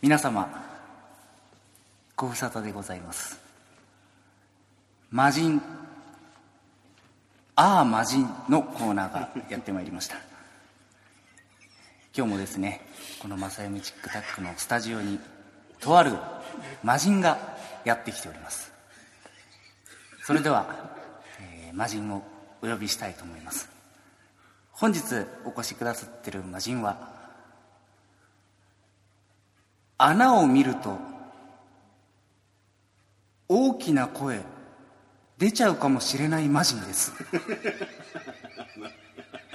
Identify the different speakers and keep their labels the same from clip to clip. Speaker 1: 皆様ご無沙汰でございます魔人ああ魔人のコーナーがやってまいりました今日もですねこの「正夢チックタック」のスタジオにとある魔人がやってきておりますそれでは、えー魔人をお呼びしたいと思います本日お越しくださってる魔人は穴を見ると大きな声出ちゃうかもしれない魔人です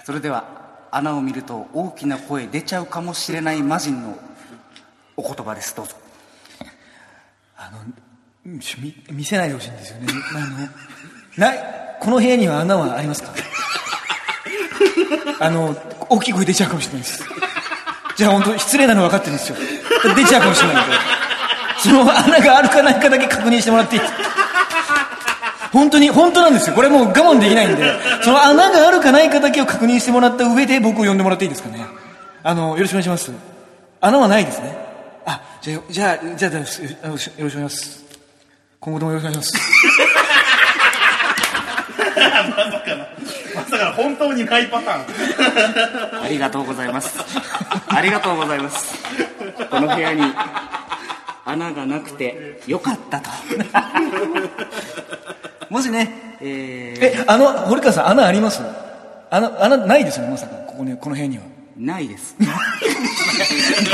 Speaker 1: それでは穴を見ると大きな声出ちゃうかもしれない魔人のお言葉ですどうぞ
Speaker 2: あの、み見せないでほしいんですよね。あの、ない、この部屋には穴はありますかあの、大きい声出ちゃうかもしれないです。じゃあ本当失礼なの分かってるんですよ。出ちゃうかもしれないんで。その穴があるかないかだけ確認してもらっていいですか本当に、本当なんですよ。これもう我慢できないんで、その穴があるかないかだけを確認してもらった上で僕を呼んでもらっていいですかね。あの、よろしくお願いします。穴はないですね。あ、じゃあ、じゃあ、じゃあ、じゃあよろしくお願いします。今後ともよろしくお願いします。
Speaker 3: まさか本当にないパターン。
Speaker 1: ありがとうございますありがとうございますこの部屋に穴がなくてよかったともしねえー
Speaker 2: え、あの、堀川さん、穴あります穴、穴ないですよね、まさか。ここね、この部屋には。
Speaker 1: ないです
Speaker 2: ないんです。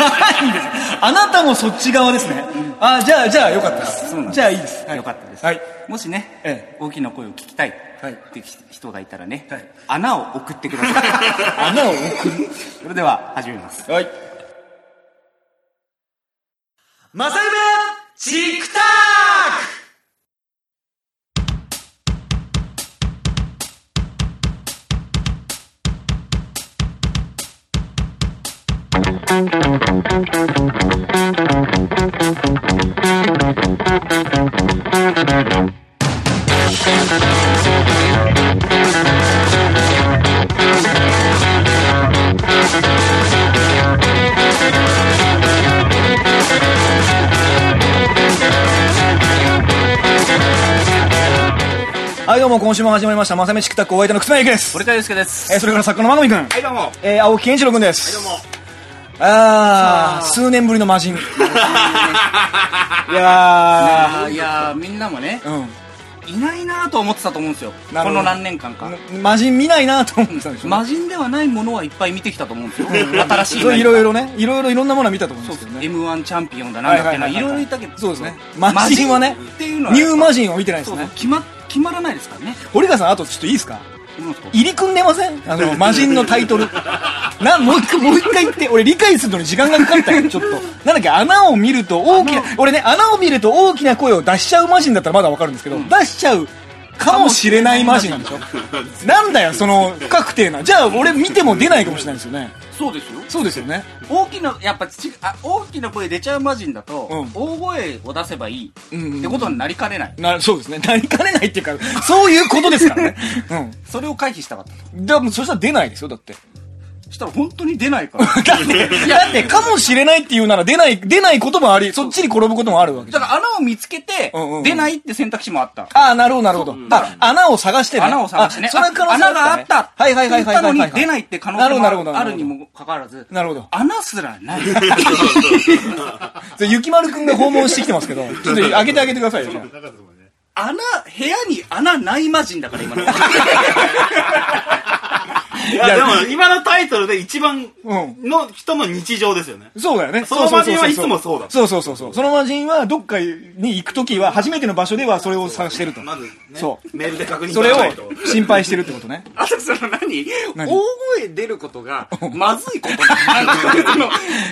Speaker 2: あなたもそっち側ですね。あ、じゃあ、じゃあ、よかったです。
Speaker 1: そうなんです
Speaker 2: じゃあ、いいです。はい
Speaker 1: よかったです、
Speaker 2: はい。
Speaker 1: もしね、
Speaker 2: ええ
Speaker 1: 大きな声を聞きたい
Speaker 2: はい
Speaker 1: って人がいたらね、
Speaker 2: はい
Speaker 1: 穴を送ってください
Speaker 2: 穴を置
Speaker 1: それでは始めます
Speaker 2: く。はい。まさゆめチクタクはい、どうも、今週も始まりました、まさゆめチクタクお相手の楠田祐希です。
Speaker 1: 堀川祐介です
Speaker 2: えー、それから作家の真上くん。
Speaker 3: はい、どうも。
Speaker 2: えー、青木健一郎くんです。
Speaker 3: どうも。
Speaker 2: あー、数年ぶりの 魔人。いや
Speaker 1: あーいやーみんなもね
Speaker 2: ー、うん。
Speaker 1: いないなーと思ってたと思うんですよこ
Speaker 2: なるほど
Speaker 1: の何年間か
Speaker 2: 魔人見ないなと思ってたんでしょ、
Speaker 1: 魔人ではないものはいっぱい見てきたと思うんですよ新しい
Speaker 2: そうい
Speaker 1: 何か
Speaker 2: ろいろねいろいろいろんなものは見たと思
Speaker 1: そ
Speaker 2: うん
Speaker 1: う
Speaker 2: です
Speaker 1: で
Speaker 2: け
Speaker 1: すね
Speaker 2: どね
Speaker 1: m 1チャンピオンだなんだってのはいろいろいたけど
Speaker 2: そうですね
Speaker 1: そう
Speaker 2: 魔人はね
Speaker 1: 魔っていうのは
Speaker 2: ニューマジンは見てないで
Speaker 1: そ
Speaker 2: す
Speaker 1: うそう
Speaker 2: ね
Speaker 1: 決ま決まらないですからね
Speaker 2: 堀川さんあとちょっといいですか
Speaker 1: どうなんですか
Speaker 2: 入り組んでませんあの魔人のタイトルなもう一回もう一回言って俺理解するのに時間がかかったよちょっとなんだっけ穴を見ると大きな俺ね穴を見ると大きな声を出しちゃう魔人だったらまだわかるんですけど、出しちゃうかもしれない魔人なんでしょなんだよその不確定なじゃあ俺見ても出ないかもしれないですよね
Speaker 1: そうですよ
Speaker 2: そうですよね
Speaker 1: 大きなやっぱちあ大きな声出ちゃう魔人だと、
Speaker 2: うん
Speaker 1: 大声を出せばいい
Speaker 2: んうん
Speaker 1: ってことになりかねない、
Speaker 2: なそうですね。なりかねないっていうか、そういうことですから ね。
Speaker 1: それを回避したかった
Speaker 2: うん。でも、そしたら出 ないですよ、だって。
Speaker 1: としたら本当に出ないから
Speaker 2: だって、だって、かもしれないっていうなら出ない、出ないこともあり、そっちに転ぶこともあるわけじゃ
Speaker 1: だ
Speaker 2: ん。
Speaker 1: から穴を見つけて、
Speaker 2: うんうんうん
Speaker 1: 出ないって選択肢もあった
Speaker 2: ああ、なるほど、なるほど。あ、穴を探してね。
Speaker 1: 穴を探してね
Speaker 2: あそれ可能性
Speaker 1: 穴があった
Speaker 2: ねはいはいはいはいはいは
Speaker 1: って言ったの
Speaker 2: い。
Speaker 1: に出ないって可能
Speaker 2: なるほどなる
Speaker 1: 性もある
Speaker 2: ほど
Speaker 1: に。もかかわらず
Speaker 2: なるほど。
Speaker 1: 穴すら ない
Speaker 2: それゆきまるくんが訪問してきてますけど、ちょっと開けてあげてくださいよ。じゃあ
Speaker 1: 穴部屋に穴ない魔人だから 今の
Speaker 3: い
Speaker 2: いや
Speaker 3: や、でも今のタイトルで一番
Speaker 2: う
Speaker 3: の人の日常ですよね。
Speaker 2: そうだよね。
Speaker 3: その魔人はいつもそうだ
Speaker 2: そうそうそうそう。その魔人はどっかに行くときは、初めての場所ではそれを探してると。
Speaker 3: まず、ね、
Speaker 2: そ
Speaker 3: メールで確認
Speaker 2: それを
Speaker 3: しないと
Speaker 2: 心配してるってことね。
Speaker 1: あとその何
Speaker 2: 何
Speaker 1: 大声出ることがまずいこと なのその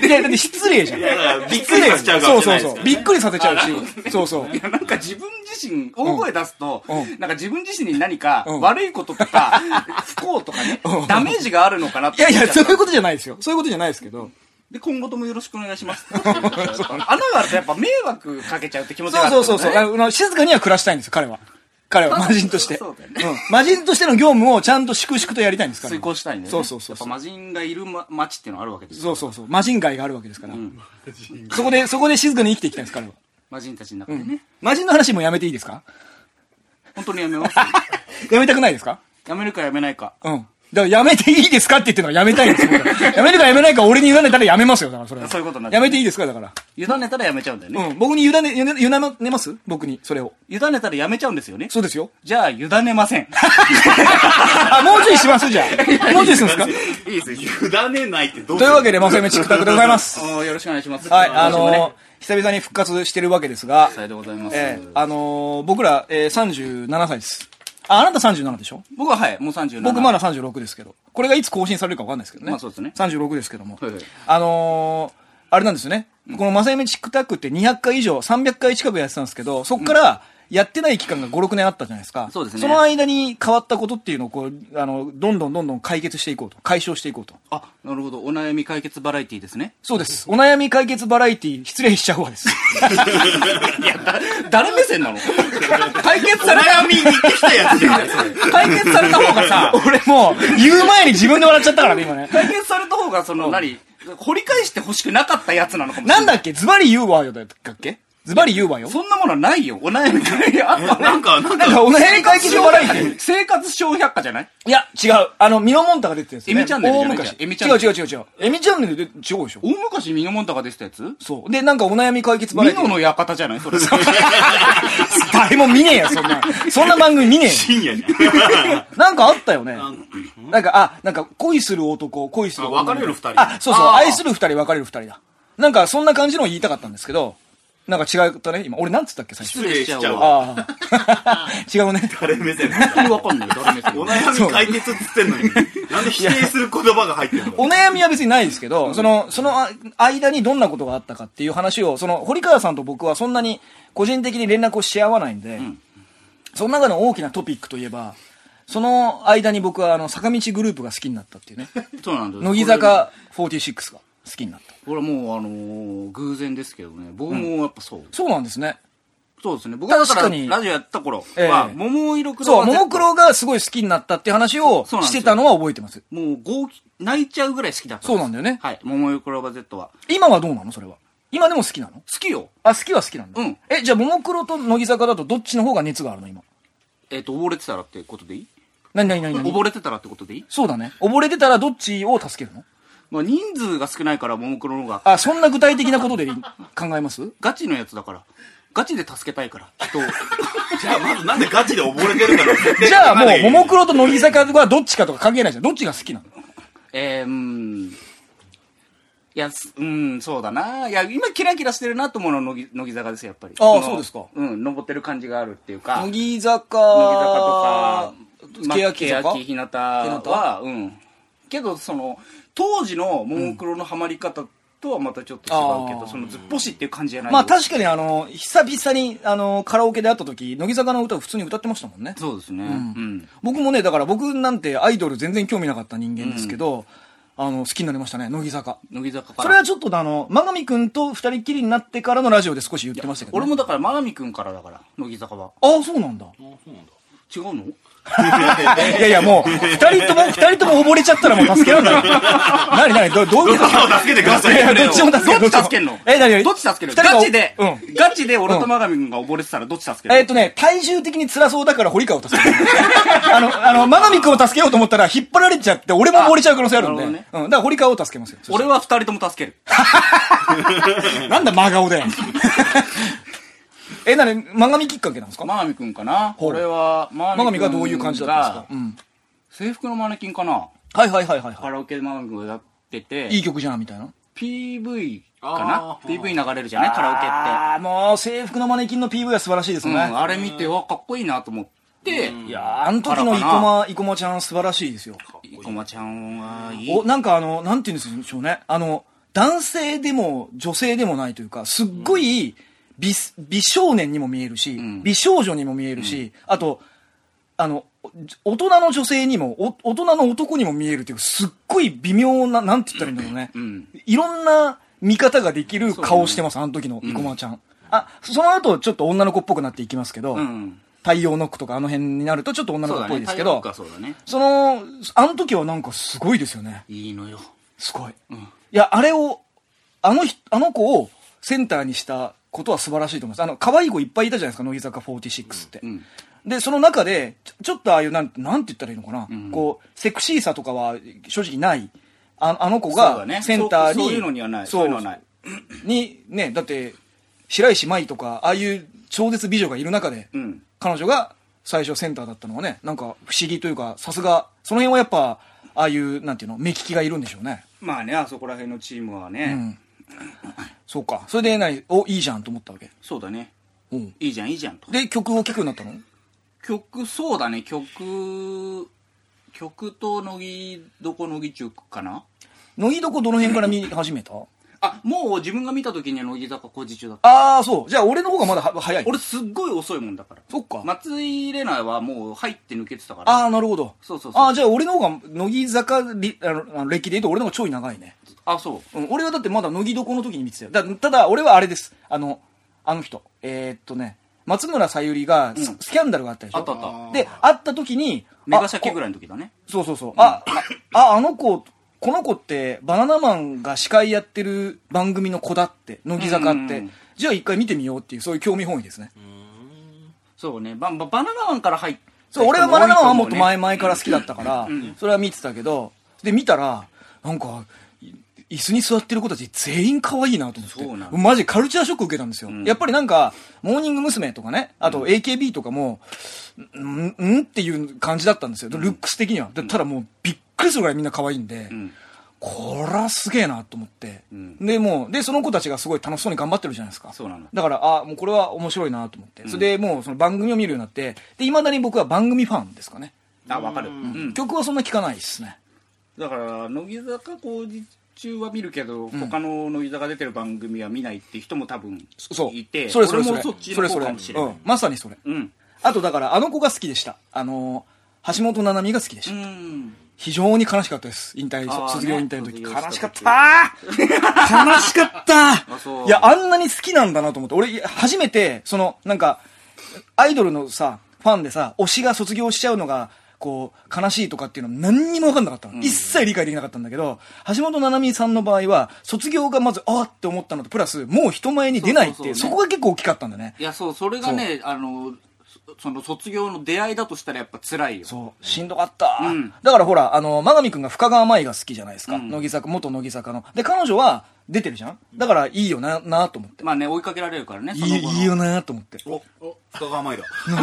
Speaker 2: いや、だって失礼じゃん。
Speaker 3: いやだからびっくりさせちゃうか
Speaker 2: そ
Speaker 3: も
Speaker 2: う
Speaker 3: しれ
Speaker 2: そ
Speaker 3: な
Speaker 2: うそう。
Speaker 3: いですよ
Speaker 2: びっくりさせちゃうし。そうそう。
Speaker 1: いやなんか自分自身大声出すと、
Speaker 2: うん
Speaker 1: なんか自分自身に何か
Speaker 2: うん
Speaker 1: 悪いこととか、不 幸とかね、ダメージがあるのかなっ
Speaker 2: い
Speaker 1: て
Speaker 2: や
Speaker 1: 思っ
Speaker 2: い
Speaker 1: ちゃっ
Speaker 2: や、
Speaker 1: た
Speaker 2: そういうことじゃないですよ。そういうことじゃないですけど。
Speaker 1: で今後ともよろしくお願いします 穴があるとやっぱ迷惑かけちゃうって気持ち
Speaker 2: そ
Speaker 1: があ
Speaker 2: う
Speaker 1: るん
Speaker 2: そう
Speaker 1: です
Speaker 2: そ
Speaker 1: よね
Speaker 2: うそう。あの、静かには暮らしたいんですよ、彼は。彼は魔人として。
Speaker 1: そうだよ
Speaker 2: うん魔人としての業務をちゃんと粛々とやりたいんですから。
Speaker 1: 遂行したいんだよね。
Speaker 2: そうそうそ
Speaker 1: や
Speaker 2: う
Speaker 1: っぱ魔人がいるま町っていうのはあるわけですよ。
Speaker 2: そうそうそう。魔人街があるわけですから。 そこで、そこで静かに生きていきたいんです、彼は。
Speaker 1: 魔人たちの中でね。
Speaker 2: 魔人の話もうやめていいですか
Speaker 1: 本当にやめ ます。
Speaker 2: やめたくないですか
Speaker 1: やめるかやめないか。
Speaker 2: うん。だからやめていいですかって言ってるのはやめたいんです よ。やめるかやめないか俺に委ねたらやめますよ、だからそれは。
Speaker 1: そういうことになっちゃ
Speaker 2: や
Speaker 1: う
Speaker 2: めていいですかだから。
Speaker 1: 委ねたらやめちゃうんだよね。
Speaker 2: うん。僕に委ね、委ね委ねます僕に、それを。
Speaker 1: 委ねたらやめちゃうんですよね。
Speaker 2: そうですよ。
Speaker 1: じゃあ、委ねませ ん。
Speaker 2: あ、もうちょいしますじゃあ。 もうちょいするんですか
Speaker 1: いいですよ。
Speaker 3: 委ねないってどう
Speaker 2: というわけで、まさゆめチックタクでございます。
Speaker 1: おーよろしくお願いします。
Speaker 2: はい、あ
Speaker 1: 今週も
Speaker 2: の
Speaker 1: ね
Speaker 2: ー、久々に復活してるわけですが、
Speaker 1: さようでございます。
Speaker 2: えーあのー、僕ら、えー、37歳です。あ、あなた37でしょ
Speaker 1: 僕ははい、もう37。
Speaker 2: 僕まだ36ですけど。これがいつ更新されるかわかんないですけどね。
Speaker 1: まあそうですね
Speaker 2: 36ですけども。
Speaker 1: はいはい
Speaker 2: あのー、あれなんですよね。このまさゆめチックタックって200回以上、300回近くやってたんですけど、そっから、やってない期間が5、6年あったじゃないですか。
Speaker 1: そうですね
Speaker 2: その間に変わったことっていうのを、こう、あの、どんどんどんどん解決していこうと。解消していこうと。
Speaker 1: あ、なるほど。お悩み解決バラエティーですね。
Speaker 2: そうです。お悩み解決バラエティ、失礼しちゃうわです。
Speaker 1: いや、だ誰目線なの
Speaker 2: 解決
Speaker 3: お
Speaker 2: された
Speaker 3: 悩みに行ってきたやつじゃないですか。
Speaker 1: 解決された方がさ、
Speaker 2: 俺もう、言う前に自分で笑っちゃったからね、今ね。
Speaker 1: 解決された方が、その、何掘り返して欲しくなかったやつなのかもしれない。
Speaker 2: なんだっけズバリ言うわよだっけズバリ言うわよ
Speaker 1: そんなものはないよ。お悩み解決。あったね
Speaker 3: なんか、なん
Speaker 2: なん
Speaker 3: か、
Speaker 2: かお悩み解決笑いっていう。
Speaker 1: 生活小百科じゃない
Speaker 2: いや、違う。あの、ミノモンタが出てたやつ、ね。
Speaker 1: エミチャンネルじ
Speaker 2: 大
Speaker 1: ゃない
Speaker 2: 昔。
Speaker 1: エミチャンネル
Speaker 2: 違う違う違う違う。エミチャンネルで違うでしょ
Speaker 1: 大昔ミノモンタが出てたやつ
Speaker 2: そう。で、なんかお悩み解決バラエ
Speaker 1: ミ
Speaker 2: ティ
Speaker 1: ノの館じゃないそれ。
Speaker 2: 誰も見ねえよ、そんな。そんな番組見ねえよ。
Speaker 3: 深夜じゃん。
Speaker 2: なんかあったよね。なんか、あ、なんか、恋する男、恋する女。
Speaker 3: あ別れる二人
Speaker 2: あ、そうそう、
Speaker 1: あー
Speaker 2: 愛する二人、別れる二人だ。なんか、そんな感じのを言いたかったんですけど、なんか違ったね、今。俺なんつったっけ、最初。
Speaker 3: 失礼しちゃうわ。
Speaker 2: ああ。違うね。
Speaker 3: 誰目線
Speaker 1: 全くわかんない。誰目線
Speaker 3: お悩み解決っつってんのに、なんで否定する言葉が入ってるの
Speaker 2: お悩みは別にないですけど、その、そのあ間にどんなことがあったかっていう話を、その、堀川さんと僕はそんなに個人的に連絡をし合わないんで、その中の大きなトピックといえば、その間に僕はあの、坂道グループが好きになったっていうね、
Speaker 1: そうなんです。
Speaker 2: 乃木坂46が好きになった。
Speaker 1: これはもう、あのー、偶然ですけどね。僕もやっぱそう。
Speaker 2: そうなんですね。
Speaker 1: そうですね。僕はだから、
Speaker 2: 確かに
Speaker 1: ラジオやった頃
Speaker 2: ええ
Speaker 1: は、桃色黒
Speaker 2: そう、
Speaker 1: は
Speaker 2: も
Speaker 1: 絶
Speaker 2: もクロがすごい好きになったって話を
Speaker 1: そうなんで
Speaker 2: し
Speaker 1: すよ
Speaker 2: てたのは覚えてます。
Speaker 1: もう、号泣、泣いちゃうぐらい好きだった。
Speaker 2: そうなんだよね
Speaker 1: はい。桃色黒が Z は。
Speaker 2: 今はどうなのそれは。今でも好きなの
Speaker 1: 好きよ。
Speaker 2: あ、好きは好きなんだ。
Speaker 1: うん
Speaker 2: え、じゃあ、ももクロと乃木坂だとどっちの方が熱があるの今。
Speaker 1: えっ、と、溺れてたらってことでいい
Speaker 2: 何何何何
Speaker 1: 溺れてたらってことでいい
Speaker 2: そうだね。溺れてたらどっちを助けるの
Speaker 1: まあ、人数が少ないから、ももクロの方が。
Speaker 2: あ、そんな具体的なことで考えます
Speaker 1: ガチのやつだから。ガチで助けたいから、人を。
Speaker 3: じゃあ、まずなんでガチで溺れてるから絶対
Speaker 2: じゃあもう、もも
Speaker 3: 書かなきゃいけない
Speaker 2: クロと乃木坂はどっちかとか関係ないじゃん。どっちが好きなの
Speaker 1: えー、うーん。いや、すうん、そうだな。いや、今キラキラしてるなと思うのは乃木乃木坂ですよ、やっぱり。
Speaker 2: あー
Speaker 1: の
Speaker 2: そうですか
Speaker 1: うん、登ってる感じがあるっていうか。乃木
Speaker 2: 木坂、
Speaker 1: 坂とか、
Speaker 2: 欅坂
Speaker 1: 欅日向は、うん。けど、その、当時のももクロのハマり方とはまたちょっと違うけど、
Speaker 2: あー
Speaker 1: そのずっぽしっていう感じじゃない
Speaker 2: まあ
Speaker 1: か
Speaker 2: 確かにあの、久々にあの、カラオケで会った時、乃木坂の歌を普通に歌ってましたもんね。
Speaker 1: そうですね。うん。
Speaker 2: 僕もね、だから僕なんてアイドル全然興味なかった人間ですけど、あの、好きになりましたね、乃木坂。
Speaker 1: 乃木坂から。
Speaker 2: それはちょっとあの、まがみくんと二人きりになってからのラジオで少し言ってましたけど、ね。
Speaker 1: 俺もだから、まなみくんからだから、乃木坂は。
Speaker 2: ああ、そうなんだ。
Speaker 1: 違うの
Speaker 2: いやいや、もう、二人とも、二人とも溺れちゃったらもう助けられない。なになにどどういうこ
Speaker 3: どっちも助けてください
Speaker 2: いやいやどっちも助ける。
Speaker 1: どっち助けんの
Speaker 2: どっちもえ、なになに
Speaker 1: どっち助ける
Speaker 2: 二人が
Speaker 1: ガチで、
Speaker 2: うん。
Speaker 1: ガチで俺と真神君が溺れてたらどっち助ける、
Speaker 2: えっとね、体重的に辛そうだから堀川を助ける。あの、あの、まなみくんを助けようと思ったら引っ張られちゃって、俺も溺れちゃう可能性あるんで。
Speaker 1: あなる
Speaker 2: うん。だから堀川を助けますよ。
Speaker 1: 俺は二人とも助ける。
Speaker 2: なんだ真顔で。 え、なに、まがみきっかけなんですか
Speaker 1: 真神君かな
Speaker 2: ほう
Speaker 1: これは、真
Speaker 2: まが
Speaker 1: 神
Speaker 2: み
Speaker 1: 君
Speaker 2: がどういう感じだったんですかうん。
Speaker 1: 制服のマネキンかな
Speaker 2: はいはいはいはいは
Speaker 1: カラオケで真神君が歌ってて、
Speaker 2: い。いい曲じゃん、みたいな。
Speaker 1: PV かな
Speaker 3: あ
Speaker 1: ?PV 流れるじゃないカラ
Speaker 2: あー、もう制服のマネキンの PV は素晴らしいです
Speaker 1: オケ
Speaker 2: ね。
Speaker 1: って。うん、あれ見て、わ、かっこいいなと思って、
Speaker 2: いやーあの時の生駒、生駒ちゃん素晴らしいですよ。
Speaker 1: 生駒ちゃんはいい
Speaker 2: お、。なんかあの、なんて言うんでしょうね。あの、男性でも女性でもないというか、すっごい美、美少年にも見えるし、
Speaker 1: ん
Speaker 2: 美少女にも見えるし、あと、あの、お大人の女性にもお、大人の男にも見えるという、すっごい微妙な、なんて言ったらいいんだろうね。
Speaker 1: ん
Speaker 2: いろんな見方ができる顔してます、あの時の生駒ちゃん。あ、その後ちょっと女の子っぽくなっていきますけど、
Speaker 1: うん。
Speaker 2: 太陽ノックとかあの辺になるとちょっと女の子っぽいですけど、
Speaker 1: そうだね。
Speaker 2: その、あの時はなんかすごいですよね。
Speaker 1: いいのよ。
Speaker 2: すごい。いや、あれを、あのひ、あの子をセンターにしたことは素晴らしいと思います。あの、可愛い子いっぱいいたじゃないですか、乃木坂46って。
Speaker 1: ん
Speaker 2: で、その中でちょ、ちょっとああいう、なん、なんて言ったらいいのかな、こう、セクシーさとかは正直ない。ああの子
Speaker 1: そうだ
Speaker 2: が
Speaker 1: ね
Speaker 2: センターに、
Speaker 1: そうそういうのにはないそういうのはない。
Speaker 2: に、ね、だって、白石麻衣とか、ああいう超絶美女がいる中で、
Speaker 1: うん
Speaker 2: 彼女が最初センターだったのはね、なんか不思議というか、さすが、その辺はやっぱ、ああいう、なんていうの、目利きがいるんでしょうね。
Speaker 1: まあね、あそこら辺のチームはね、
Speaker 2: そうか。それで何お、いいじゃんと思ったわけ。
Speaker 1: そうだね。
Speaker 2: うん。
Speaker 1: いいじゃん、いいじゃんと。
Speaker 2: で、曲を聴くようになったの
Speaker 1: 曲、そうだね、曲、曲と乃木どこ乃木中かな
Speaker 2: 乃木どこどの辺から見始めた
Speaker 1: あ、もう自分が見た時には乃木坂工事中だった。
Speaker 2: ああ、そう。じゃあ俺の方がまだは早い。
Speaker 1: 俺すっごい遅いもんだから。
Speaker 2: そっか。
Speaker 1: 松井玲奈はもう入って抜けてたから。
Speaker 2: ああ、なるほど。
Speaker 1: そうそうそう
Speaker 2: ああ、じゃあ俺の方が、乃木坂りあのあの歴で言うと俺の方がちょい長いね。
Speaker 1: あ、そう。
Speaker 2: うん、俺はだってまだ乃木床の時に見てたよ。だただ、俺はあれです。あの、あの人。えーっとね、松村さゆりがス、スキャンダルがあったでしょ。
Speaker 1: あったあ
Speaker 2: で、会った時に、
Speaker 1: メガシャキ
Speaker 2: あこ
Speaker 1: ぐらいの時だね。
Speaker 2: そうそうそう。あ、あ、ああの子、この子って、バナナマンが司会やってる番組の子だって、乃木坂
Speaker 1: うん
Speaker 2: っ
Speaker 1: うんう
Speaker 2: て
Speaker 1: ん。
Speaker 2: じゃあ一回見てみようっていう、そういう興味本位ですね。
Speaker 1: そうね。バババナナマンから入った
Speaker 2: そう、
Speaker 1: 人
Speaker 2: 俺は
Speaker 1: も多
Speaker 2: バ
Speaker 1: い
Speaker 2: ナナマンは
Speaker 1: と
Speaker 2: も
Speaker 1: 思
Speaker 2: っ
Speaker 1: う
Speaker 2: と
Speaker 1: ね
Speaker 2: 前々から好きだったから、それは見てたけど、で、見たら、なんか、い椅子に座ってる子たち全員可愛いなと思って。
Speaker 1: そうなの
Speaker 2: マジカルチャーショック受けたんですよ。やっぱりなんか、モーニング娘。とかね、あと AKB とかも、ん、んっていう感じだったんですよ。ルックス的には。でただもうびっくりするぐらいみんな可愛いんで、
Speaker 1: ん
Speaker 2: こらすげえなと思って、
Speaker 1: ん
Speaker 2: で、もう、で、その子たちがすごい楽しそうに頑張ってるじゃないですか。
Speaker 1: そうなの
Speaker 2: だから、あもうこれは面白いなと思って。それでもうその番組を見るようになって、で、いまだに僕は番組ファンですかね。
Speaker 1: あ、わかる。うん。
Speaker 2: 曲はそんな聞かないですね。
Speaker 1: だから、乃木坂工事中は見るけど、他の乃木坂出てる番組は見ないって人も多分
Speaker 2: そう。
Speaker 1: いて、
Speaker 2: それそれそ
Speaker 1: 俺
Speaker 2: れ。
Speaker 1: もそっちの方かもし
Speaker 2: そ
Speaker 1: れ
Speaker 2: れ
Speaker 1: な
Speaker 2: う
Speaker 1: い
Speaker 2: ん。。まさにそれ。
Speaker 1: うん。
Speaker 2: あとだから、あの子が好きでした。あのー、橋本七海が好きでし
Speaker 1: う
Speaker 2: た。
Speaker 1: ん。
Speaker 2: 非常に悲しかったです。引退、
Speaker 1: あー
Speaker 2: 卒業引退の時。
Speaker 1: ね
Speaker 2: 悲しかったー悲しかった
Speaker 1: あそう
Speaker 2: いや、あんなに好きなんだなと思って。俺、初めて、その、なんか、アイドルのさ、ファンでさ、推しが卒業しちゃうのが、こう、悲しいとかっていうのは何にも分かんなかったの。一切理解できなかったんだけど、橋本七海さんの場合は、卒業がまず、あーって思ったのと、プラス、もう人前に出ないっていう、
Speaker 1: そうそうそう
Speaker 2: そこが結構大きかったんだね。
Speaker 1: いや、そう、それがね、あの、そその卒業の出会いだとしたらやっぱ辛いよ。
Speaker 2: そう、しんどかった。
Speaker 1: うん
Speaker 2: だからほら、あの、真上くんが深川舞が好きじゃないですか。乃木坂、元乃木坂の。で、彼女は出てるじゃんだからいいよな、なと思って。
Speaker 1: まあね、追いかけられるからね、
Speaker 2: い
Speaker 1: その
Speaker 2: い
Speaker 1: 後の
Speaker 2: いいよなと思って。
Speaker 3: お、お、深川舞だ。
Speaker 2: 深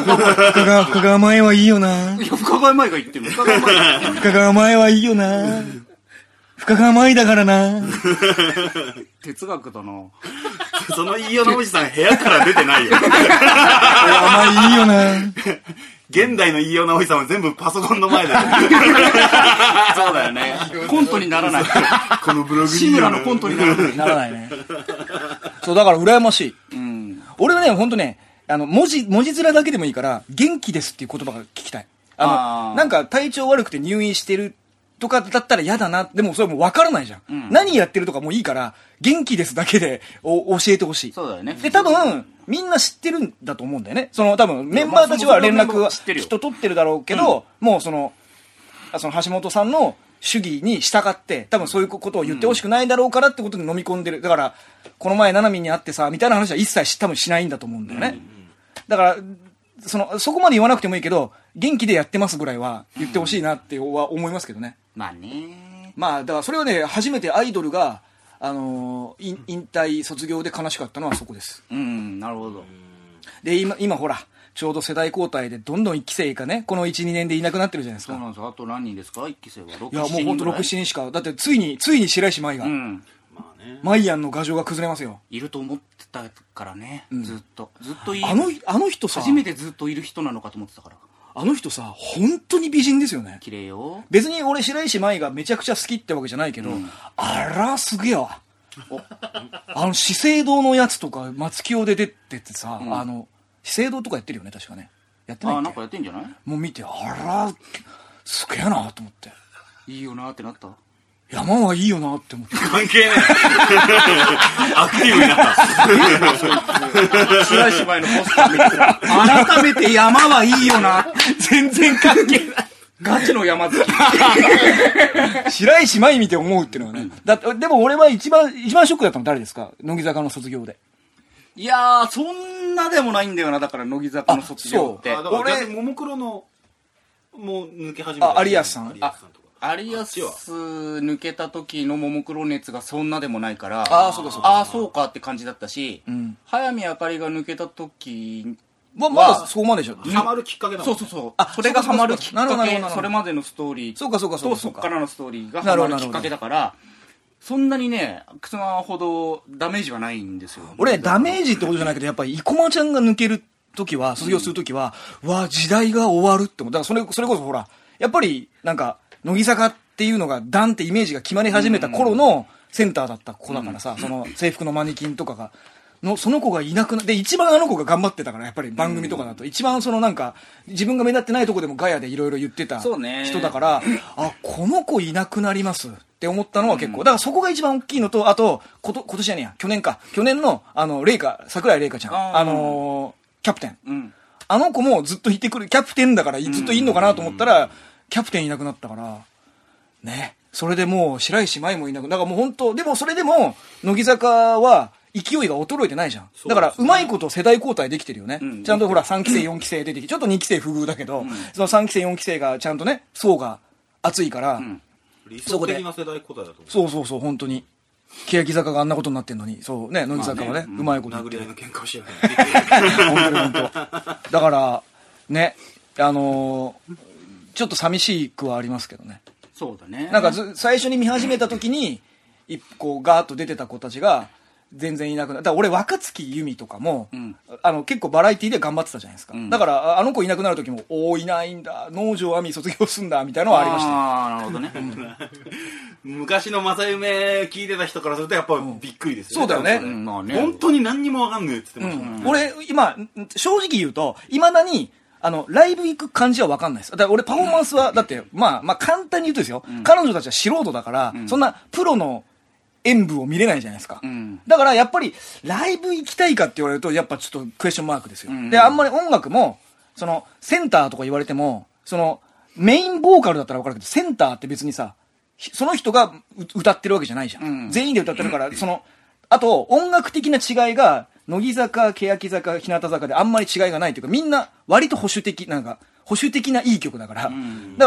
Speaker 2: 川、深川舞はいいよない
Speaker 1: や、深川舞が言ってる。深川舞が 言ってる。
Speaker 2: 深川舞はいいよな深川舞だからな
Speaker 1: 哲学だな。
Speaker 3: その飯尾のおじさん、部屋から出てないよ。
Speaker 2: 深川舞いいよな
Speaker 3: 現代の飯尾のおじさんは全部パソコンの前だよ。
Speaker 1: そうだよね。コントにならない。
Speaker 3: このブログ
Speaker 1: 志村のコントにならない。
Speaker 2: ならないね。そう、だから羨ましい。
Speaker 1: うん。
Speaker 2: 俺はね、ほんとね、あの、文字、文字面だけでもいいから、元気ですっていう言葉が聞きたい。あの、
Speaker 1: あー
Speaker 2: なんか体調悪くて入院してるとかだったら嫌だな。でもそれもう分からないじゃん。何やってるとかもういいから、元気ですだけでお教えてほしい。
Speaker 1: そうだよね
Speaker 2: で、多分、みんな知ってるんだと思うんだよね。その、多分、メンバーたちは連
Speaker 1: まあそもそもそのメンバ
Speaker 2: 絡
Speaker 1: ー
Speaker 2: は
Speaker 1: は知ってる
Speaker 2: き
Speaker 1: よ
Speaker 2: っと取ってるだろうけど、もうその、あその橋本さんの主義に従って、多分そういうことを言ってほしくないだろうからってことで飲み込んでる。だから、この前、七海に会ってさ、みたいな話は一切し多分しないんだと思うんだよね。だから、その、そこまで言わなくてもいいけど、元気でやってますぐらいは言ってほしいなっては思いますけどね。
Speaker 1: まあね。
Speaker 2: まあ、だからそれはね、初めてアイドルが、あのー引引退、卒業で悲しかったのはそこです。
Speaker 1: うん、なるほど。
Speaker 2: で、今、今ほら、ちょうど世代交代でどんどん1期生がね、この1、2年でいなくなってるじゃないです
Speaker 1: そう
Speaker 2: か。
Speaker 1: なんですよ。あと何人ですか一期生は。6
Speaker 2: いや、もうほんと6、7
Speaker 1: 7人
Speaker 2: 人しか。だってついに、ついに白石麻衣
Speaker 1: ぐらい。う
Speaker 2: が、
Speaker 1: ん。
Speaker 3: まあね。
Speaker 2: マイアンの牙城が崩れますよ。
Speaker 1: いると思ってたからね。ずっと。ずっといい。
Speaker 2: あの、あの人さ、
Speaker 1: 初めてずっといる人なのかと思ってたから。
Speaker 2: あの人さ、本当に美人ですよね。
Speaker 1: 綺麗よ。
Speaker 2: 別に俺白石麻衣がめちゃくちゃ好きってわけじゃないけど、あら、すげえわ。あの、資生堂のやつとか、松清で出てってさ、あの、資生堂とかやってるよね、確かね。やって
Speaker 1: あ
Speaker 2: ない
Speaker 1: あ、
Speaker 2: っ
Speaker 1: なん
Speaker 2: け
Speaker 1: かやってんじゃな
Speaker 2: もう見て、あら、すげえなと思って。
Speaker 1: いいいよなってなった。
Speaker 2: 山はいいよなって思って。
Speaker 3: 関係ねえ。 アクティブになった。
Speaker 4: 白石麻衣のポスター見てた
Speaker 1: 改めて山はいいよな。
Speaker 2: 全然関係な
Speaker 1: ガチの山好き。
Speaker 2: い。白石麻衣見て思うっていうのはね。だって、でも俺は一番、一番ショックだったの誰ですか乃木坂の卒業で。
Speaker 1: いやー、そんなでもないんだよな。だから、乃木坂の卒業って。
Speaker 3: あだから逆にももクロの、もう抜け始め
Speaker 2: あ有安さん
Speaker 3: 有安さんとか。
Speaker 1: 有安抜けた時のももクロ熱がそんなでもないから
Speaker 2: あーそうかそうか
Speaker 1: あーそうかって感じだったし、
Speaker 2: ん
Speaker 1: 早見あかりが抜けた時
Speaker 2: ま、まだそこまでじゃん。
Speaker 3: ハマるきっかけだも
Speaker 1: そ
Speaker 3: ん
Speaker 1: う
Speaker 3: ね
Speaker 1: そうそう
Speaker 2: あ
Speaker 1: それがハマるきっ
Speaker 2: なるほ
Speaker 1: か
Speaker 2: どなるほ
Speaker 1: け
Speaker 2: ど
Speaker 1: それまでのストーリー
Speaker 2: そうかそうかそ
Speaker 1: と
Speaker 2: うか
Speaker 1: そ
Speaker 2: そう
Speaker 1: っ
Speaker 2: か
Speaker 1: からのストーリーが
Speaker 2: な
Speaker 1: ハ
Speaker 2: るほ
Speaker 1: マ
Speaker 2: ど
Speaker 1: るきっかけだからそんなにね靴間ほどダメージはないんですよ
Speaker 2: 俺ね、ダメ
Speaker 1: ジ
Speaker 2: ージってことじゃないけど、やっぱり、生駒ちゃんが抜ける時は、卒業する時は、うわ、時代が終わるって思う。だから、それ、それこそほら、やっぱり、なんか、乃木坂っていうのが、ダンってイメージが決まり始めた頃のセンターだった子だからさ、その制服のマネキンとかが、の、その子がいなくな、で、一番あの子が頑張ってたから、やっぱり番組とかだと、一番そのなんか、自分が目立ってないとこでもガヤでいろいろ言ってた
Speaker 1: そうね
Speaker 2: 人だから、あ、この子いなくなりますって思ったのは結構。だからそこが一番大きいのと、あと、こと、今年じゃねえや、去年か。去年の、あの、レイカ、桜井玲香ちゃん。
Speaker 1: あー
Speaker 2: あのーキャプテン。
Speaker 1: うん
Speaker 2: あの子もずっといてくる、キャプテンだからずっといんのかなと思ったら、キャプテンいなくなったから、ね。それでもう、白石麻衣もいなく、だからもう本当、でもそれでも、乃木坂は、勢いが衰えてないじゃん。だから、うまいこと世代交代できてるよね。ちゃんとほら、3期生、4期生出てきて、ちょっと2期生不遇だけど、その3期生、4期生がちゃんとね、層が厚いから、
Speaker 3: 理
Speaker 2: そ
Speaker 3: 想
Speaker 2: こで
Speaker 3: 的な世代答えだと思う。
Speaker 2: そうそうそう、本当に。欅坂があんなことになってんのに、そうね、乃木坂はね、うまいこと言っ
Speaker 3: 殴
Speaker 2: て
Speaker 3: り合い
Speaker 2: る。
Speaker 3: の喧嘩をしない。
Speaker 2: 本当に本当。だから、ね、あのーちょっと寂しくはありますけどね。
Speaker 1: そうだね
Speaker 2: なんかず最初に見始めた時に、一個ガーッと出てた子たちが、全然いなくなる。だから俺、若月由美とかも、
Speaker 1: ん
Speaker 2: あの、結構バラエティで頑張ってたじゃないですか。
Speaker 1: ん
Speaker 2: だから、ああの子いなくなる時も、おーいないんだ、農場亜美卒業すんだ、みたいなのはありましたよ。
Speaker 1: あーなるほどね、
Speaker 3: 昔の正夢聞いてた人からするとやっぱびっくりですよね。
Speaker 2: そうだよね
Speaker 3: 多分
Speaker 1: うんまあ
Speaker 3: それ
Speaker 1: ね
Speaker 3: 本当に何にもわかんねえって言ってましたもんね。
Speaker 2: 俺、今、正直言うと、いまだに、あの、ライブ行く感じは分かんないです。だから俺パフォーマンスは、だって、まあ、まあ簡単に言うとですよ、彼女たちは素人だから、そんなプロの演舞を見れないじゃないですか。
Speaker 1: ん
Speaker 2: だからやっぱり、ライブ行きたいかって言われると、やっぱちょっとクエスチョンマークですよ。で、あんまり音楽も、その、センターとか言われても、その、メインボーカルだったら分かるけど、センターって別にさ、ひその人がう歌ってるわけじゃないじゃん。全員で歌ってるから、その、あと、音楽的な違いが、乃木坂、欅坂、日向坂であんまり違いがないというか、みんな割と保守的、なんか、保守的ないい曲だから、だか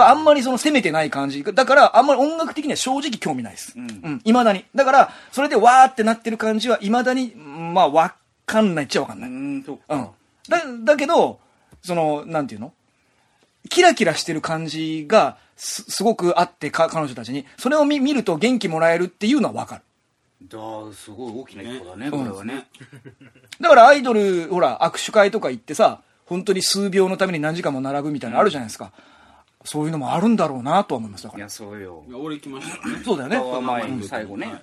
Speaker 2: らあんまりその攻めてない感じ、だからあんまり音楽的には正直興味ないです。うん、未だに。だから、それでわーってなってる感じは未だに、まあ、わかんないっちゃわかんな
Speaker 1: う
Speaker 2: い。
Speaker 1: んそう
Speaker 2: うん。だ、だけど、その、なんていうのキラキラしてる感じがす、すごくあってか、彼女たちに。それを見見ると元気もらえるっていうのはわかる。
Speaker 1: だーすごい大きな一歩だねこれはね
Speaker 2: だからアイドル、ほら、握手会とか行ってさ、本当に数秒のために何時間も並ぶみたいなのあるじゃないですか。そういうのもあるんだろうなとは思います。だか
Speaker 1: い
Speaker 2: ら。
Speaker 1: やそうよ
Speaker 3: 俺行きましたからね。
Speaker 2: そうだよね。
Speaker 1: 前最後ね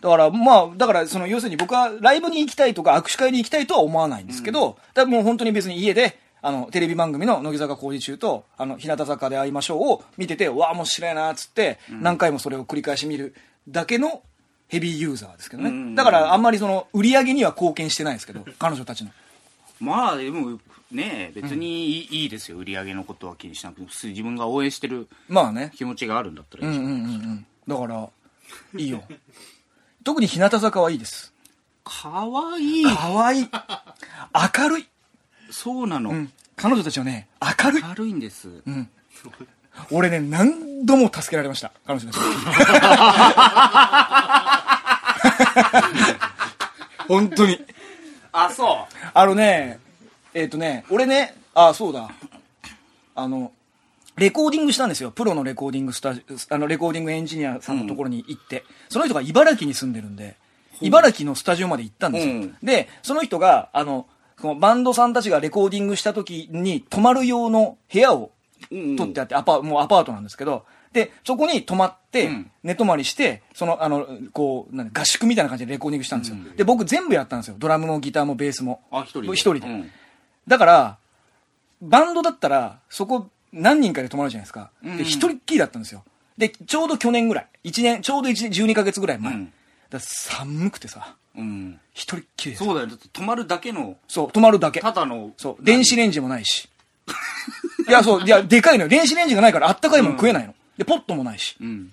Speaker 2: だから、まあ、だから、その、要するに僕はライブに行きたいとか、握手会に行きたいとは思わないんですけど、だからもう本当に別に家で、あの、テレビ番組の乃木坂工事中と、あの、日向坂で会いましょうを見てて、わあ、面白いな、つって、何回もそれを繰り返し見るだけのヘビーユーザーですけどね。だから、あんまりその、売り上げには貢献してないですけ ど、彼女たちの。
Speaker 1: まあでもね別にいい,、いいですよ売り上げのことは気にしなくて普通に自分が応援してる
Speaker 2: まあね。
Speaker 1: 気持ちがあるんだったらいい
Speaker 2: うん
Speaker 1: じ
Speaker 2: う
Speaker 1: ゃん
Speaker 2: んうんうん。だから、い いよ。特に日向坂はいいです。
Speaker 1: かわいい
Speaker 2: 可愛い明るい。
Speaker 1: そうなの、
Speaker 2: うん彼女たちはね、明るい。
Speaker 1: 軽いんです、
Speaker 2: 俺ね、何度も助けられました。彼女たちに。 本当に。
Speaker 1: あそ
Speaker 2: あのね、えっ、とね、俺ね、あ、そうだ。あの、レコーディングしたんですよ。プロのレコーディングスタジあの、レコーディングエンジニアさんのところに行って、その人が茨城に住んでるんで、茨城のスタジオまで行ったんですよ。
Speaker 1: うん
Speaker 2: で、その人が、あの、このバンドさんたちがレコーディングした時に泊まる用の部屋を
Speaker 1: うんうん
Speaker 2: 取ってあって、アパ、もうアパートなんですけど、で、そこに泊まって、寝泊まりして、その、あの、こう、なん合宿みたいな感じでレコーディングしたんですよ。で、僕全部やったんですよ。ドラムもギターもベースも。
Speaker 1: あ一人で
Speaker 2: 一人で。
Speaker 1: うん
Speaker 2: だから、バンドだったら、そこ何人かで泊まるじゃないですか。で、一人っきりだったんですよ。で、ちょうど去年ぐらい。一年、ちょうど一年、12ヶ月ぐらい前。だから寒くてさ、
Speaker 1: うん。
Speaker 2: 一人っきりでさ
Speaker 1: そうだよ。だって泊まるだけの、
Speaker 2: そう、止まるだけ。
Speaker 1: ただの、
Speaker 2: そう、電子レンジもないし。いや、そう、いや、でかいのよ。電子レンジがないからあったかいもん食えないの。で、ポットもないし。
Speaker 1: うん。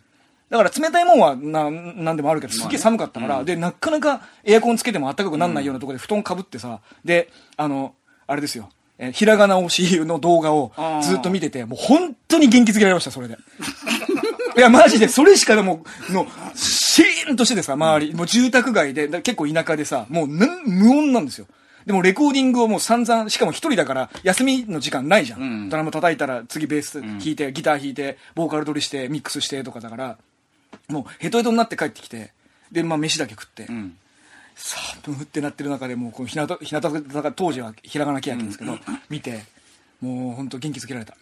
Speaker 2: だから冷たいもんはな、なんでもあるけど、すっげえ寒かったから、で、なかなかエアコンつけても暖かくなんないようなところで布団かぶってさ、で、あの、あれですよ。えーひらがな推しの動画を
Speaker 1: あー
Speaker 2: ずっと見てて、もう本当に元気づけられました、それで。いや、マジで、それしかでも、の、シーンとしててさ、周り、もう住宅街で、だ結構田舎でさ、もうなん無音なんですよ。でもレコーディングをもう散々、しかも一人だから休みの時間ないじゃん。ドラム叩いたら次ベース弾いて、ギター弾いて、ボーカル取りして、ミックスしてとかだから、もうヘトヘトになって帰ってきて、で、まあ飯だけ食って、寒ってなってる中でもうこの日向日向坂当時はひらがなけやきですけど、見てもう本当元気づけられた、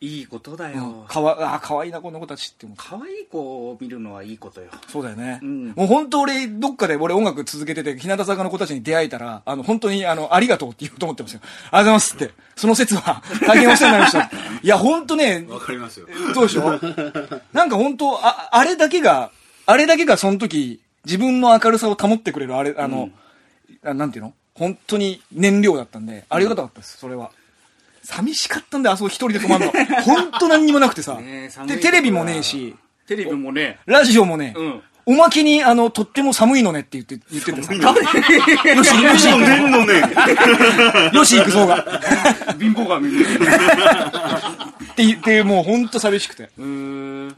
Speaker 1: いいことだ
Speaker 2: うん
Speaker 1: よ。
Speaker 2: かわあ可愛いなこの子たちって思った
Speaker 1: 可愛い子を見るのはいいことよ。
Speaker 2: そうだよね、
Speaker 1: ん
Speaker 2: もう本当俺どっかで俺音楽続けてて日向坂の子たちに出会えたらあの本当にあのありがとうって言おうと思ってますよありがとうございますってその説は 大変お世話になりましたいや本当ね
Speaker 3: わかりますよ。
Speaker 2: そうでしょなんか本当あ、あれだけが、あれだけがその時、自分の明るさを保ってくれる、あれ、あの、あなんていうの本当に燃料だったんで、ありがたかったです、それは。寂しかったんで、あそこ一人で 泊まるの。本当何にもなくてさ
Speaker 1: ねえ。寒い
Speaker 2: で、テレビもねえし、
Speaker 1: テレビもね、
Speaker 2: ラジオもね、
Speaker 1: うん
Speaker 2: おまけに、あの、とっても寒いのねって言って、言っててさ。よし、よし、
Speaker 4: もう寝るのね。
Speaker 2: よし、行くぞが。
Speaker 1: 貧乏が見る。
Speaker 2: って言って、 もう本当寂しくて。
Speaker 1: うー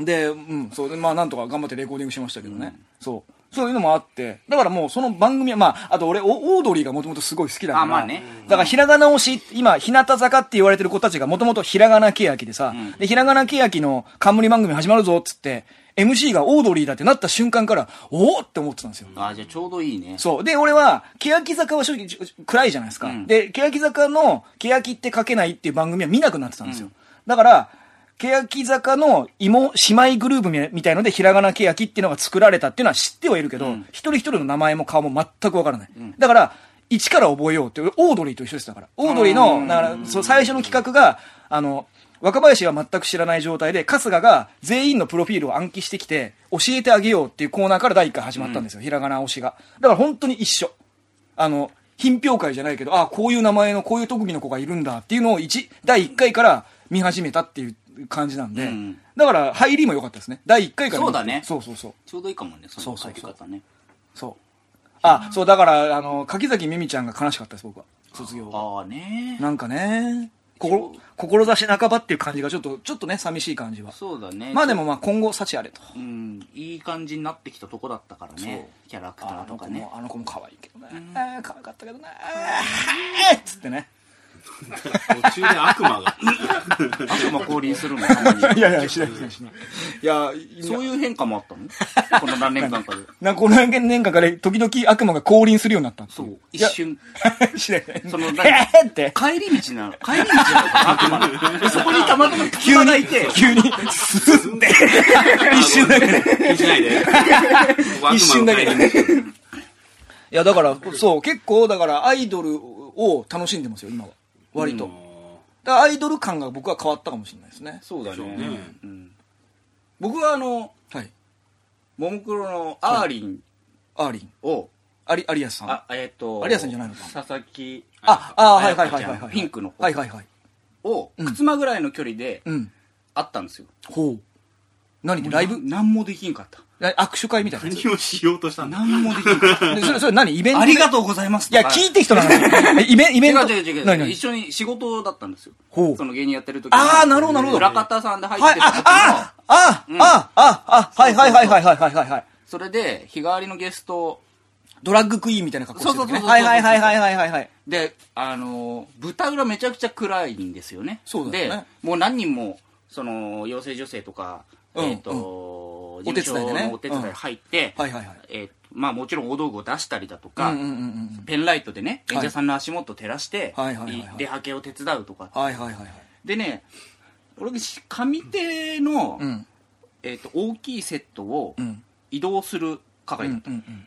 Speaker 1: ん。
Speaker 2: で、うん、そう、でまあ、なんとか頑張ってレコーディングしましたけどね。そう。そういうのもあって、だからもうその番組は、まあ、あと俺、おオードリーがもともとすごい好きだから、
Speaker 1: あまあね
Speaker 2: だからひらがな推し、今、日向坂って言われてる子たちがもともとひらがなけやきでさ、で、ひらがなけやきの冠番組始まるぞっつって、MC がオードリーだってなった瞬間から、おおって思ってたんですよ。
Speaker 1: あ、じゃあちょうどいいね。
Speaker 2: そう。で、俺は、欅坂は正直ちょ暗いじゃないですか。で、欅坂の、欅って書けないっていう番組は見なくなってたんですよ。だから、欅坂の妹、姉妹グループみみたいので、ひらがな欅っていうのが作られたっていうのは知ってはいるけど、一人一人の名前も顔も全くわからない。だから、一から覚えようって、オードリーと一緒ですだから。オードリーの、だから、そう最初の企画が、あの、若林は全く知らない状態で、春日が全員のプロフィールを暗記してきて、教えてあげようっていうコーナーから第一回始まったんですよ、ひらがな推しが。だから本当に一緒。あの、品評会じゃないけど、あこういう名前の、こういう特技の子がいるんだっていうのを一、第1回から見始めたっていう感じなんで、だから入りも良かったですね。第1回から見て。
Speaker 1: そうだね
Speaker 2: そうそうそう。
Speaker 1: ちょうどいいかもね、その
Speaker 2: そうそう
Speaker 1: 書
Speaker 2: そう
Speaker 1: き方ね。
Speaker 2: そう。あ、そう、だから、あの、柿崎美美ちゃんが悲しかったです、僕は。卒業は。
Speaker 1: ああね。
Speaker 2: なんかね、心、志半ばっていう感じがちょっと、ちょっとね、寂しい感じは。
Speaker 1: そうだね。
Speaker 2: まあでもまあ今後幸あれと。
Speaker 1: うん、いい感じになってきたとこだったからね。キャラクターとかね。
Speaker 2: あの子も可愛いけどね。あー可愛かったけどね。えーっつってね。
Speaker 3: 途中で悪魔が。
Speaker 1: 悪魔降臨する のたまに。
Speaker 2: いやいや、しないしないしない。いや、
Speaker 1: そういう変化もあったのこの何年間かで。
Speaker 2: なんかこの何年間から時々悪魔が降臨するようになったってい
Speaker 1: そう。
Speaker 2: い
Speaker 1: 一
Speaker 2: や
Speaker 1: 瞬。
Speaker 2: しないしない。
Speaker 1: その何
Speaker 2: えーって。
Speaker 1: 帰り道なの帰り道なの悪魔でそこにた またま急にがいて、
Speaker 2: 急に、スンって。一瞬だけね。
Speaker 3: 気にしないで。
Speaker 2: 一瞬だけ
Speaker 3: 悪魔の帰り道。
Speaker 2: いや、だから、そう、結構、だからアイドルを楽しんでますよ、今は。割と。だからアイドル感が僕は変わったかもしれないですね。
Speaker 1: そうだ
Speaker 3: そう
Speaker 1: ね。
Speaker 3: ね
Speaker 1: 僕はあの、
Speaker 2: はい。
Speaker 1: ももクロのアーリン
Speaker 2: アーリン。
Speaker 1: を、
Speaker 2: アリ、アリアスさん。
Speaker 1: あ、えっと、
Speaker 2: 有吉さんじゃないのか
Speaker 1: 佐々木
Speaker 2: あ、あはいは
Speaker 1: 彩
Speaker 2: いはい
Speaker 1: 香ちゃん
Speaker 2: はいはい。
Speaker 1: ピンクの子
Speaker 2: はいはいはい。
Speaker 1: を、
Speaker 2: うん
Speaker 1: 靴間ぐらいの距離で
Speaker 2: うん。
Speaker 1: 会ったんですよ。
Speaker 2: ほう。何ライブ
Speaker 1: 何もできんかった。
Speaker 2: ライ握手会みたいなや
Speaker 3: 何をしようとしたんだ
Speaker 1: 何もできん かっ
Speaker 2: つ。でそれ、それ何イベン
Speaker 1: た。
Speaker 2: ト
Speaker 1: あ
Speaker 2: で
Speaker 1: りがとうございます
Speaker 2: いや、聞いて 人なのイベイベ
Speaker 1: 違
Speaker 2: ン
Speaker 1: う
Speaker 2: ト。
Speaker 1: 違う違う
Speaker 2: 何何
Speaker 1: 一緒に仕事だったんですよ
Speaker 2: ほう
Speaker 1: その芸人やってる時
Speaker 2: あーなるほどなるほど
Speaker 1: 裏方さんで入っ
Speaker 2: はい
Speaker 1: て、る時の
Speaker 2: あ、あ、あ、あ、あ、あ、はいはいはいはいはいはいはいはい。
Speaker 1: それで日替わりのゲスト
Speaker 2: ドラッグクイーンみたいな格好して
Speaker 1: そ
Speaker 2: る、ね。
Speaker 1: うそうそうそう
Speaker 2: はいはいはいはいはいはいはい。
Speaker 1: であのー舞台裏めちゃくちゃ暗いんですよね
Speaker 2: そうだよね
Speaker 1: でもう何人もその養成女性とか、
Speaker 2: うん
Speaker 1: えっ、と、
Speaker 2: ん
Speaker 1: 事務所
Speaker 2: お手伝いでね
Speaker 1: のお手伝い入って、
Speaker 2: うんはいはいはい
Speaker 1: えーとまあもちろん大道具を出したりだとか、
Speaker 2: うんうんうんうん。
Speaker 1: ペンライトでね
Speaker 2: はい
Speaker 1: 演者さんの足元を照らして、
Speaker 2: はいはいはいはい
Speaker 1: 出はけを手伝うとか、
Speaker 2: はいはいはいはい。
Speaker 1: でね俺上手の、
Speaker 2: うん。
Speaker 1: えっと大きいセットを
Speaker 2: うん。
Speaker 1: 移動する係
Speaker 2: う
Speaker 1: だ
Speaker 2: ん
Speaker 1: った、
Speaker 2: うんうん。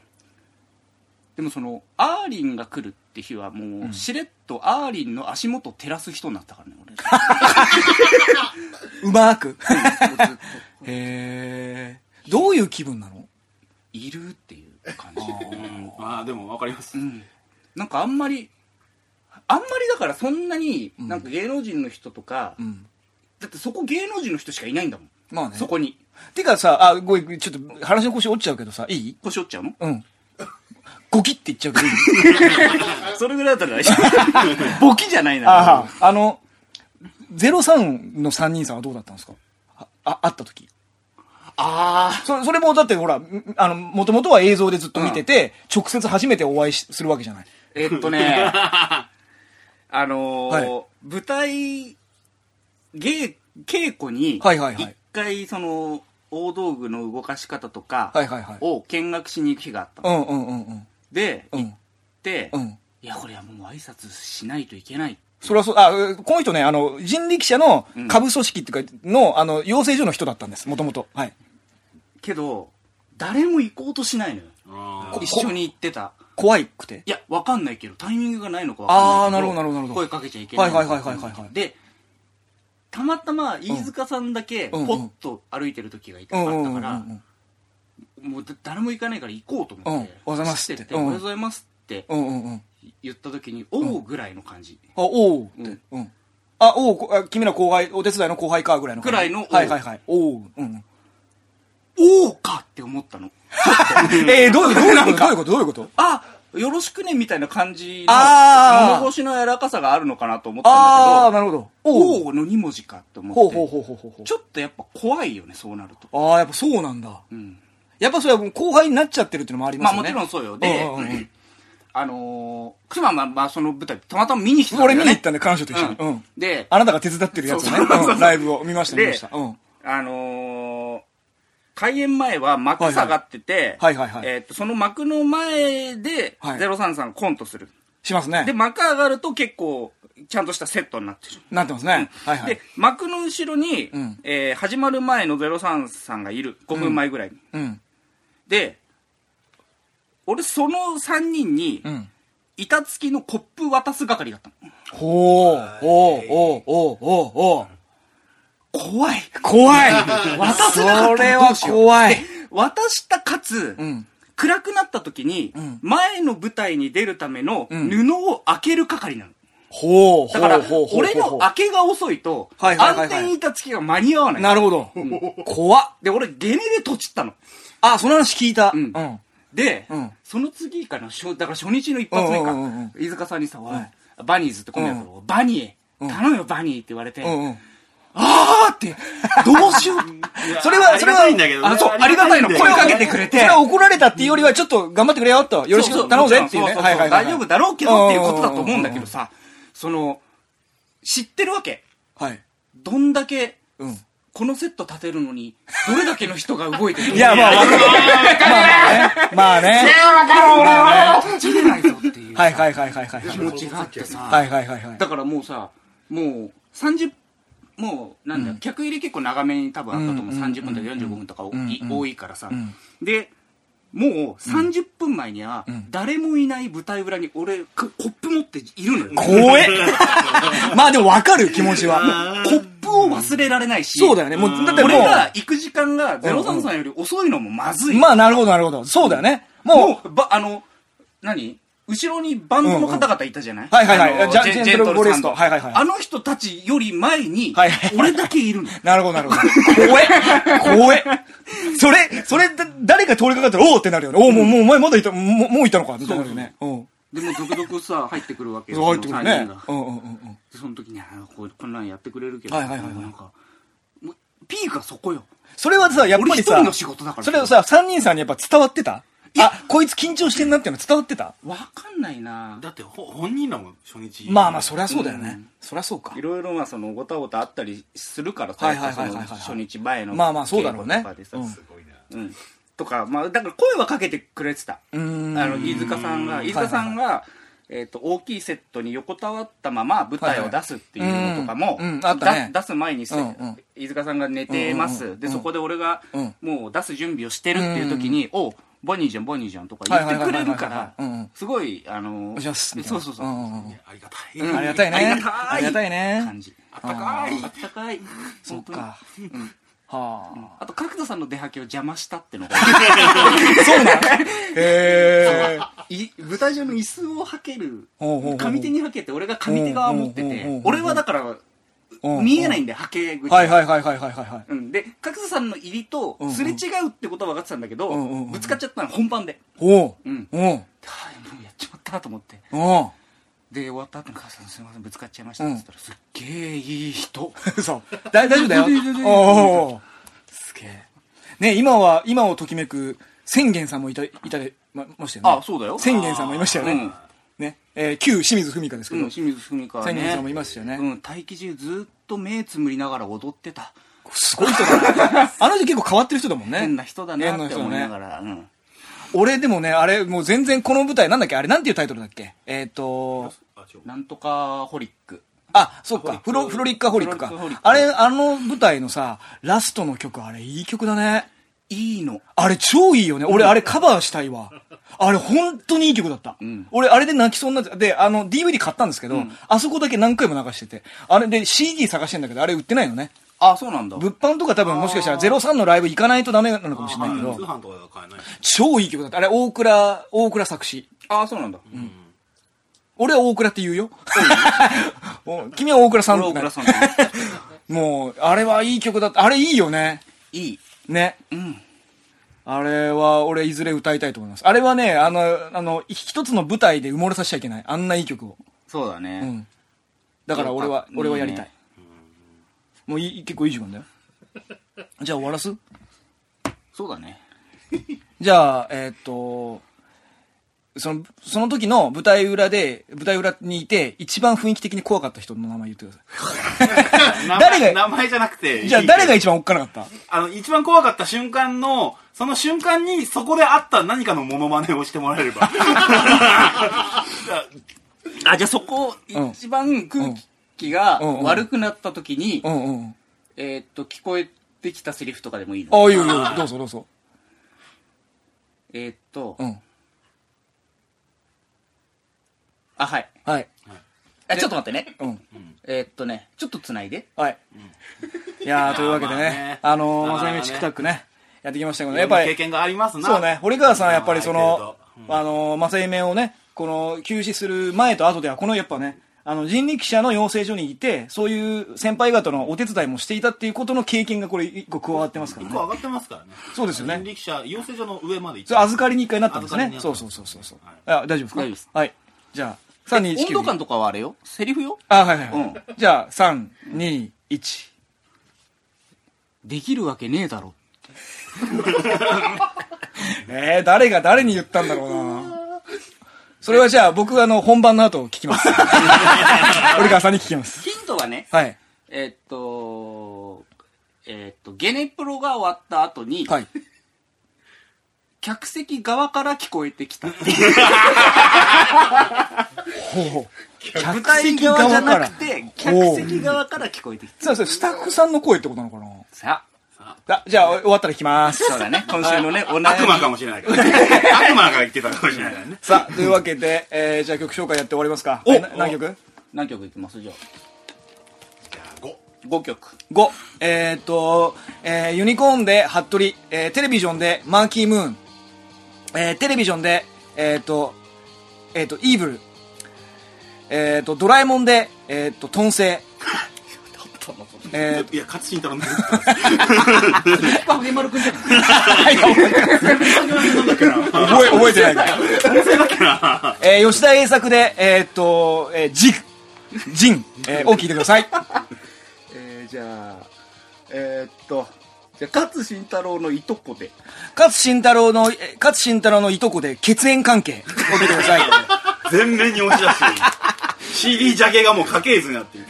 Speaker 1: でもそのアーリンが来るって日はもうしれっとアーリンの足元を照らす人になったからね 俺
Speaker 2: うまーく。 へえ。どういう気分なの
Speaker 1: いるっていう感じ
Speaker 3: うんまあでもわかります、
Speaker 1: なんかあんまりあんまりだからそんなになんか芸能人の人とか、
Speaker 2: ん
Speaker 1: だってそこ芸能人の人しかいないんだもん、
Speaker 2: まあね
Speaker 1: そこに
Speaker 2: てかさ、あ、ごめん、ちょっと話の腰折っちゃうけどさ、いい
Speaker 1: 腰折っちゃうの
Speaker 2: うん。ゴキって言っちゃうけどいい
Speaker 1: それぐらいだったら大丈 夫ボキじゃないな
Speaker 2: ああ、あの、03の3人さんはどうだったんですかあ、あ会った時。
Speaker 1: あ
Speaker 2: そそれもだってほら、んあの、もともとは映像でずっと見てて、直接初めてお会いしするわけじゃない。
Speaker 1: ーえっと ねあのー
Speaker 2: は
Speaker 1: 舞台芸稽古に
Speaker 2: はいはいはい
Speaker 1: 一回その大道具の動かし方とか
Speaker 2: はいはいはい
Speaker 1: を見学しに行く日があったの、
Speaker 2: うんうんうんうん。
Speaker 1: で
Speaker 2: う
Speaker 1: 行っ
Speaker 2: ん。
Speaker 1: て、
Speaker 2: うん
Speaker 1: いやこれはもう挨拶しないといけない
Speaker 2: それはそう、あ、この人ね、あの、人力車の下部組織っていうか、の、あの、養成所の人だったんです、もともと。はい。
Speaker 1: けど誰も行こうとしないのよ
Speaker 3: あ
Speaker 2: こ
Speaker 1: 一緒に行ってた
Speaker 2: 怖いくて。
Speaker 1: いやわかんないけどタイミングがないのかわかんないけ
Speaker 2: あーなるほどなるほど
Speaker 1: 声かけちゃいけないのか
Speaker 2: はいはいはいはいはいはい
Speaker 1: でたまたま飯塚さんだけ
Speaker 2: うん
Speaker 1: ポッと歩いてる時がいた
Speaker 2: う
Speaker 1: か
Speaker 2: んう
Speaker 1: っ
Speaker 2: ん
Speaker 1: た
Speaker 2: うんう
Speaker 1: か
Speaker 2: んう
Speaker 1: ら
Speaker 2: ん。
Speaker 1: もうだ誰も行かないから行こうと思って
Speaker 2: うんおはようございます
Speaker 1: 走
Speaker 2: って
Speaker 1: って
Speaker 2: う
Speaker 1: お
Speaker 2: ん
Speaker 1: はようございますって
Speaker 2: うんうんうん。
Speaker 1: 言った時におうぐらいの感じ
Speaker 2: あ、おうって。うん。あ、おうこ、あ君ら後輩、お手伝いの後輩か、ぐらいの感じ。
Speaker 1: ぐらいの
Speaker 2: はいはいはい。おう。うん。
Speaker 1: おうかって思ったの
Speaker 2: えー、どういうこと どういうことどういうこと
Speaker 1: あよろしくねみたいな感じの
Speaker 2: あー
Speaker 1: 物腰の柔らかさがあるのかなと思った
Speaker 2: あー、
Speaker 1: んだけど
Speaker 2: なるほど。おう。
Speaker 1: おうの2文字かと思って
Speaker 2: ほうほうほうほうほうほう。
Speaker 1: ちょっとやっぱ怖いよねそうなると
Speaker 2: ああ、やっぱそうなんだ。
Speaker 1: ん
Speaker 2: やっぱそれは後輩になっちゃってるっていうのもありま
Speaker 1: まあ
Speaker 2: すよ
Speaker 1: も
Speaker 2: ね。
Speaker 1: ちろんそうよで、
Speaker 2: うんうんうん
Speaker 1: あのー、まあまあその舞台たまたま見に来てたんだ
Speaker 2: 俺
Speaker 1: よ
Speaker 2: 見
Speaker 1: ね
Speaker 2: に行ったんで、彼女と一緒に。
Speaker 1: う
Speaker 2: うんん。
Speaker 1: で
Speaker 2: あなたが手伝ってるやつをね
Speaker 1: そうそうそうそう
Speaker 2: うんライブを見ました、
Speaker 1: で
Speaker 2: 見ました。うん。
Speaker 1: あのー、開演前は幕下がってて、
Speaker 2: はいはいはいはいはい
Speaker 1: えーっとその幕の前で
Speaker 2: はい
Speaker 1: 03さんコントする、
Speaker 2: しますね
Speaker 1: で。幕上がると結構ちゃんとしたセットになってる
Speaker 2: なってますね。はいはい
Speaker 1: で。幕の後ろに、
Speaker 2: うん
Speaker 1: えー始まる前の03さんがいる5分前ぐらいに、
Speaker 2: うん。
Speaker 1: で俺その3人に、
Speaker 2: うん。
Speaker 1: 板付きのコップ渡す係だったの
Speaker 2: ほー、おー、おー、おー、おー、おー。
Speaker 1: 怖い
Speaker 2: 怖い
Speaker 1: 渡せなか
Speaker 2: そ
Speaker 1: った
Speaker 2: れ
Speaker 1: らど
Speaker 2: は
Speaker 1: うしよう
Speaker 2: 怖い。
Speaker 1: 渡したかつ、
Speaker 2: ん
Speaker 1: 暗くなった時に、
Speaker 2: ん
Speaker 1: 前の舞台に出るための
Speaker 2: ん
Speaker 1: 布を開ける係なの
Speaker 2: ほう、
Speaker 1: だから
Speaker 2: ほう、ほう、
Speaker 1: 俺の
Speaker 2: ほう、
Speaker 1: 開けが遅いと
Speaker 2: はいはいはいは
Speaker 1: 暗
Speaker 2: い
Speaker 1: 転板付きが間に合わない
Speaker 2: なるほど。怖っ。
Speaker 1: で俺ゲネでとちったの
Speaker 2: あ、その話聞いた。
Speaker 1: うん
Speaker 2: うん。
Speaker 1: で、
Speaker 2: うん
Speaker 1: その次かなしょだから初日の一発目か、
Speaker 2: うんうんうん
Speaker 1: 飯塚さんにさ「おい、バニーズってこのやつ、バニー頼むよバニー」って言われて、
Speaker 2: うんうん。
Speaker 1: あーってどうしよう
Speaker 2: それは、それは、
Speaker 3: ありがたいんだけどね
Speaker 2: あそう、あ
Speaker 1: あり
Speaker 2: り
Speaker 1: がた
Speaker 2: がた
Speaker 1: い
Speaker 2: い
Speaker 1: の
Speaker 2: の。
Speaker 1: 声
Speaker 2: 声
Speaker 1: か
Speaker 2: か
Speaker 1: け
Speaker 2: け
Speaker 1: て
Speaker 2: て
Speaker 1: く
Speaker 2: く
Speaker 1: れ
Speaker 2: れ
Speaker 1: て
Speaker 2: て。それは怒られたっていうよりは、ちょっと頑張ってくれよと。よろし
Speaker 1: そうそ
Speaker 2: く頼むぜっていうね。
Speaker 1: そそそ
Speaker 2: はいはいはい
Speaker 1: 大
Speaker 2: はい。
Speaker 1: 丈夫だろうけどっていうことだと思うんだけどさ、その、知ってるわけ。
Speaker 2: はい。
Speaker 1: どんだけ、
Speaker 2: うん。
Speaker 1: このセット立てるのに、どれだけの人が動いてるの
Speaker 2: いや、まあ、わかる。まあね。まあね。
Speaker 1: 知れないぞっていう
Speaker 2: はいはいはいはいはい。
Speaker 1: 気持ちがあってさ、
Speaker 2: はいはいはいはい。
Speaker 1: だからもうさ、もう30、もうなんだよ、客入り結構長めに多分あったと思う。30分とか45分とかい多いからさ。で、もう30分前には、誰もいない舞台裏に俺、コップ持っているのよ。
Speaker 2: 怖え。まあでもわかる気持ちは。
Speaker 1: コップを忘れられないし、
Speaker 2: そうだよね。もう、だって
Speaker 1: 俺
Speaker 2: も
Speaker 1: が行く時間が
Speaker 2: うんう
Speaker 1: 03
Speaker 2: ん
Speaker 1: さんより遅いのもまず
Speaker 2: う、
Speaker 1: い。
Speaker 2: まあなるほどなるほど。そうだよね。も
Speaker 1: もう、ば、あの、何後ろにバンドの方々いたじゃない、
Speaker 2: んはいはいはい
Speaker 1: あの
Speaker 2: ジャ
Speaker 1: ジェ
Speaker 2: ジェントルボレスト
Speaker 1: ジェン
Speaker 2: はいはいはい
Speaker 1: あの人たちより前に
Speaker 2: はいは、い
Speaker 1: 俺だけいるの。
Speaker 2: う、なるほどなるほど。怖え。怖え。それ、それ、だ誰か通りかかったら、おおってなるよね。おお、もう、もう、お前まだいた、もう、もういたのかってなるよね。うん。
Speaker 1: でも、続々さ、入ってくるわけ
Speaker 2: そう入ってくる
Speaker 1: その三
Speaker 2: ね
Speaker 1: 人が。
Speaker 2: うんうんうんうん。
Speaker 1: その時に、あこうこんなんやってくれるけど、
Speaker 2: はいはいはいはい
Speaker 1: なんか、もうピークはそこよ。
Speaker 2: それはさ、やっぱり
Speaker 1: 俺一
Speaker 2: さ
Speaker 1: 人の仕事だから、
Speaker 2: それをさ、三人さんにやっぱ伝わってたあ、こいつ緊張してんなっていうの伝わってた
Speaker 1: わかんないな
Speaker 3: だってほ本人だもん初日
Speaker 2: まあまあ、そりゃそうだよね。そりゃそうか
Speaker 1: い。ろいろまあそのごたごたあったりするからさ
Speaker 2: はいはいはいはいはい
Speaker 1: その初日前の
Speaker 2: まあまあそうだろうね
Speaker 1: 稽古とかでさ
Speaker 2: うん
Speaker 1: うんとかまあだから声はかけてくれてたあ
Speaker 2: ん
Speaker 1: の飯塚さんが飯塚さんがえーと大きいセットに横たわったまま舞台を出すっていうのとかも
Speaker 2: はいはいうんうんあった
Speaker 1: だ
Speaker 2: ね
Speaker 1: 出す前にせ
Speaker 2: うんうん
Speaker 1: 飯塚さんが寝てま
Speaker 2: うんうんう
Speaker 1: す
Speaker 2: ん
Speaker 1: でそこで俺が
Speaker 2: うん
Speaker 1: もう出す準備をしてるっていう時に「おうボニーじゃん、ボニーじゃんとか言ってくれるか
Speaker 2: はいはいはいはいはいうんうん
Speaker 1: ら、すごい、あの
Speaker 2: おしますみたい
Speaker 1: そ
Speaker 2: な
Speaker 1: うそうそう。
Speaker 2: んんん
Speaker 3: ありがたい。
Speaker 2: ありがたいね
Speaker 1: ありがたい
Speaker 2: ありがたいね
Speaker 1: 感じ。あったかい。あったかい。
Speaker 2: そっか
Speaker 1: 本当に。うん
Speaker 2: は
Speaker 1: あと、角田さんの出はけを邪魔したってのが、
Speaker 2: あ そうなんへえ
Speaker 1: い舞台上の椅子をはける
Speaker 2: ほうほうほうほう
Speaker 1: 上手にはけて俺が上手側持って
Speaker 2: ほうほうほうほう
Speaker 1: て
Speaker 2: ほう
Speaker 1: 俺はだから
Speaker 2: うんうん
Speaker 1: 見えないんではけ口
Speaker 2: はいはいはいはいはいはいはい
Speaker 1: うん、で角田さんの入りと
Speaker 2: んうん
Speaker 1: すれ違うってことは分かってたんだけど、
Speaker 2: んうんうん
Speaker 1: ぶつかっちゃったの本番で
Speaker 2: おう
Speaker 1: うん
Speaker 2: おう
Speaker 1: はいもうやっちまったなと思って
Speaker 2: お
Speaker 1: で終わった後に母さんすいませんぶつかっちゃいましたって言ったら、すっげえいい人
Speaker 2: う そう大丈夫だよ
Speaker 1: 全然全然
Speaker 2: おおすげえね今は今をときめく千元さんもいたいたでまましたよ
Speaker 1: あ
Speaker 2: ね
Speaker 1: そうだよ
Speaker 2: 千元さんもいましたよ
Speaker 1: う
Speaker 2: ね
Speaker 1: ん
Speaker 2: ねえー旧清水文香です
Speaker 1: う
Speaker 2: け
Speaker 1: ん
Speaker 2: ど
Speaker 1: 清水文香はね
Speaker 2: 千人さんもいましたよね
Speaker 1: うん、待機中ずっと目つむりながら踊ってた
Speaker 2: すごい人だ なあの人結構変わってる人だもんね
Speaker 1: 変な人だなって思いな
Speaker 2: ら
Speaker 1: がら、うん
Speaker 2: 俺でもね、あれ、もう全然この舞台、なんだっけあれ、なんていうタイトルだっけえっ、と、
Speaker 3: あ、ちょ、
Speaker 1: なんとかホリック
Speaker 2: あ、そっか、フロ、フロリッカホリックか
Speaker 1: フロリッカホリッ。ク
Speaker 2: あれ、あの舞台のさ、ラストの曲、あれ、いい曲だね。
Speaker 1: いいの
Speaker 2: あれ、超いいよね。俺、あれカバーしたいわ。あれ、本当にいい曲だった。
Speaker 1: ん
Speaker 2: 俺、あれで泣きそうになって、で、あの、DVD 買ったんですけど、あそこだけ何回も流してて、あれで CD 探してんだけど、あれ売ってないのね。
Speaker 1: あそうなんだ
Speaker 2: 物販とか多分もしかしたら03のライブ行かないとダメなのかもしれないけ
Speaker 3: 通
Speaker 2: ど、
Speaker 3: 販とかでは買えない。
Speaker 2: 超いい曲だった。あれ、大倉、大倉作詞。
Speaker 1: あそうなんだ、
Speaker 2: 俺は大倉って言うよ。 お君は大倉さん
Speaker 1: 俺は大倉さん だ
Speaker 2: もう、あれはいい曲だった。あれいいよね。
Speaker 1: いい
Speaker 2: ね。
Speaker 1: うん
Speaker 2: あれは、俺いずれ歌いたいと思います。あれはね、あの、あの、一つの舞台で埋もれさせちゃいけない。あんないい曲を。
Speaker 1: そうだね、
Speaker 2: うん。だから俺は
Speaker 1: う、ん
Speaker 2: 俺はやりた
Speaker 1: いい
Speaker 2: い
Speaker 1: ね。
Speaker 2: もういい、結構いい時間だよ。じゃあ終わらす
Speaker 1: そうだね
Speaker 2: じゃあ、えーっと、その、その時の舞台裏で、舞台裏にいて、一番雰囲気的に怖かった人の名前言ってください。
Speaker 3: 名
Speaker 2: 誰が
Speaker 3: 前名前じゃなくて。
Speaker 2: じゃあ誰が
Speaker 3: いい
Speaker 2: 一番おっかなかった
Speaker 3: あの、一番怖かった瞬間の、その瞬間にそこであった何かのモノマネをしてもらえれば。
Speaker 1: あじゃあそこ、
Speaker 2: うん
Speaker 1: 一番空気が
Speaker 2: うんうん
Speaker 1: 悪くなった時に、
Speaker 2: うんうん。
Speaker 1: えーっと聞こえてきたセリフとかでもいい
Speaker 2: あ
Speaker 1: の
Speaker 2: あ、いいよいいよ。どうぞどうぞ。
Speaker 1: えーっと、
Speaker 2: うん。
Speaker 1: あはい
Speaker 2: はい。
Speaker 1: あちょっと待ってね
Speaker 2: うん。
Speaker 1: えーっとねちょっとつないで
Speaker 2: はい。いや ー、というわけで
Speaker 3: まあね
Speaker 2: ね、あのー、
Speaker 3: ま
Speaker 2: ま
Speaker 3: あ
Speaker 2: さ
Speaker 3: ね
Speaker 2: ゆみちくたくね、やってきましたけどね、
Speaker 3: や
Speaker 2: や
Speaker 3: っ
Speaker 2: っ
Speaker 3: ぱ
Speaker 2: ぱ
Speaker 3: り。経
Speaker 2: り、
Speaker 3: 験がありますな。
Speaker 2: そうね、堀川さんはやっぱりその
Speaker 3: ある、程度
Speaker 2: あのー、まさゆめをね、この、休止する前と後では、このやっぱね、あの、人力車の養成所にいて、そういう先輩方のお手伝いもしていたっていうことの経験がこれ一個加わってますから
Speaker 3: 一
Speaker 2: ね
Speaker 3: 個。上がってますからね。
Speaker 2: そうですよね
Speaker 3: 人力車、養成所の上まで行っ
Speaker 2: それ預かりに一回なったんです
Speaker 3: 預かり
Speaker 2: ね
Speaker 3: に。なった
Speaker 2: そうそうそうそうそう。
Speaker 3: は
Speaker 2: あ、大丈夫ですか
Speaker 1: 大丈夫です
Speaker 2: はい。じゃあ、3、2、1。
Speaker 1: 温度感とかはあれよセリフよ
Speaker 2: あ、はいはいは
Speaker 1: う
Speaker 2: い。
Speaker 1: ん
Speaker 2: じゃあ、3、2、1。
Speaker 1: できるわけねえだろ
Speaker 2: えー、誰が誰に言ったんだろうな。それはじゃあ、僕、あの、本番の後聞き ます。俺川さんに聞きます。
Speaker 1: ヒントはね
Speaker 2: はい。
Speaker 1: えーっとえーっとゲネプロが終わった後に、
Speaker 2: はい。
Speaker 1: 客席側から聞こえてきた
Speaker 2: ほうほう。
Speaker 1: 舞
Speaker 2: 客
Speaker 1: 台
Speaker 2: 席
Speaker 1: 側じゃ
Speaker 2: 側か
Speaker 1: な
Speaker 2: ら
Speaker 1: く。て客席側から聞こえてきた
Speaker 2: そうそう、スタッフさんの声ってことなのかな
Speaker 1: さ
Speaker 2: あじゃあ、終わったら聞きます
Speaker 1: あ。そうだね今週のねお悩
Speaker 3: 悪
Speaker 1: み
Speaker 3: 魔かもしれな いから。悪魔が言ってたかもしれないからね。
Speaker 2: さあ、というわけで、えー、じゃあ曲紹介やって終わりますか。お何曲
Speaker 1: 何曲いきますじゃあ5曲
Speaker 2: 5、えー、っと、えーユニコーンで服部、えーテレビジョンでマーキームーン、えーテレビジョンで、えー、っと、えー、っと、イーブル、えー、っと、ドラえもんで、えー、っと、トンセイ、えー、
Speaker 3: いや、勝新太郎の。
Speaker 1: やっぱハゲマルくんじゃん
Speaker 2: 覚え、覚えてないから。えー、吉田栄作で、えー、っと、えー、ジグ、ジン、えー、を聞いてください。
Speaker 1: えー、じゃあえー、っとじゃあ勝慎太郎のいとこで
Speaker 2: 勝慎太郎の、えー勝慎太郎のいとこで血縁関係を聞いてください。
Speaker 3: 全面に押し出 してる。CD ジャケがもう家系図になってる。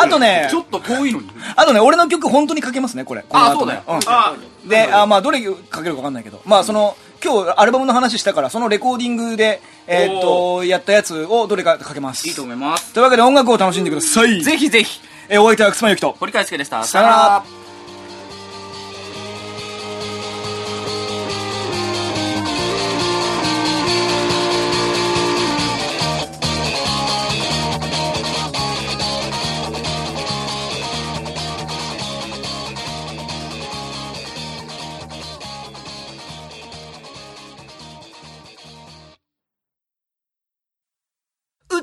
Speaker 2: あとね
Speaker 1: ち、ょっと遠いのに
Speaker 2: あとね、俺の曲本当に書けますね、これ。この後ね
Speaker 1: あそうだよ
Speaker 2: ん
Speaker 3: あ、
Speaker 2: で、あまあ、どれ書けるか分かんないけど、まあ、その、今日アルバムの話したから、そのレコーディングで、えーっと、やったやつをどれか書けます。
Speaker 1: いいと思います
Speaker 2: というわけで音楽を楽しんでください。
Speaker 1: ぜひぜひ
Speaker 2: えー、お相手は楠間由紀と。
Speaker 1: 堀川介でした
Speaker 2: さよなら。
Speaker 5: 「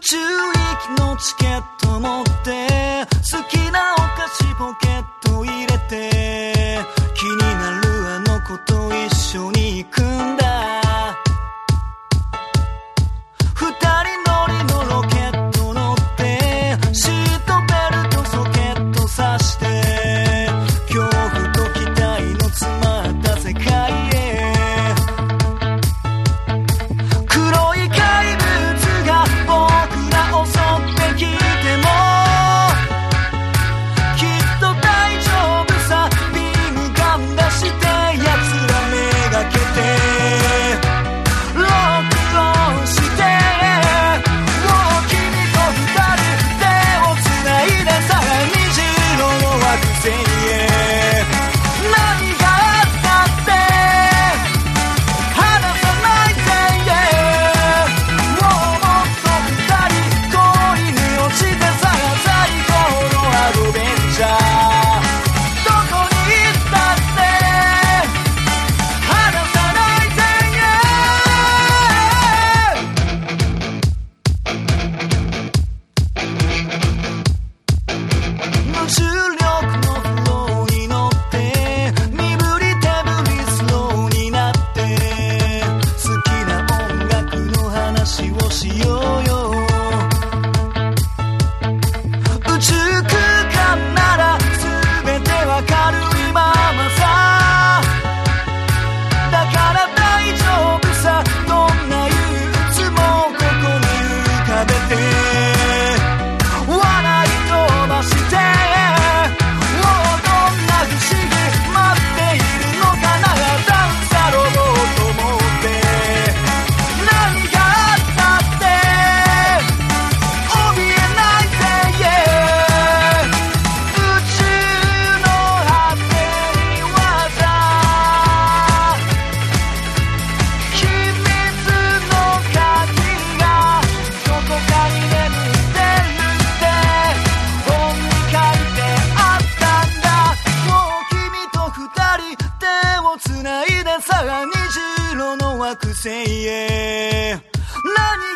Speaker 5: 宙行きのチケット持って好きなお菓子ポケット入れて気になるあの子と一緒に行くんだ二人乗りのロケット乗ってシートベルトソケットさして恐怖と期待の詰まった世界へ黒い怪物が僕らを襲ってきてもきっと大丈夫さビームガン出して奴らめがけてロックオンしてもう君と二人手を繋いでさらに虹色の惑星へ何があったって離さないでもうもっと二人恋に落ちてさあ最高のアドベンチャーどこに行ったって離さないで無重力のフローに乗って身振り手振りスローになって好きな音楽の話をしようよ宇宙空間なら全てわかる今まさだから大丈夫さどんな憂鬱もここに浮かべて笑い飛ばしてもうどんな不思議待っているのかなダンサロボと思って何があったって怯えないで宇宙の果てにはさ「秘密の鍵がどこかに眠ってるって本に書いてあったんだ」「もう君と二人手を繋いでさあ虹色の惑星へ」「何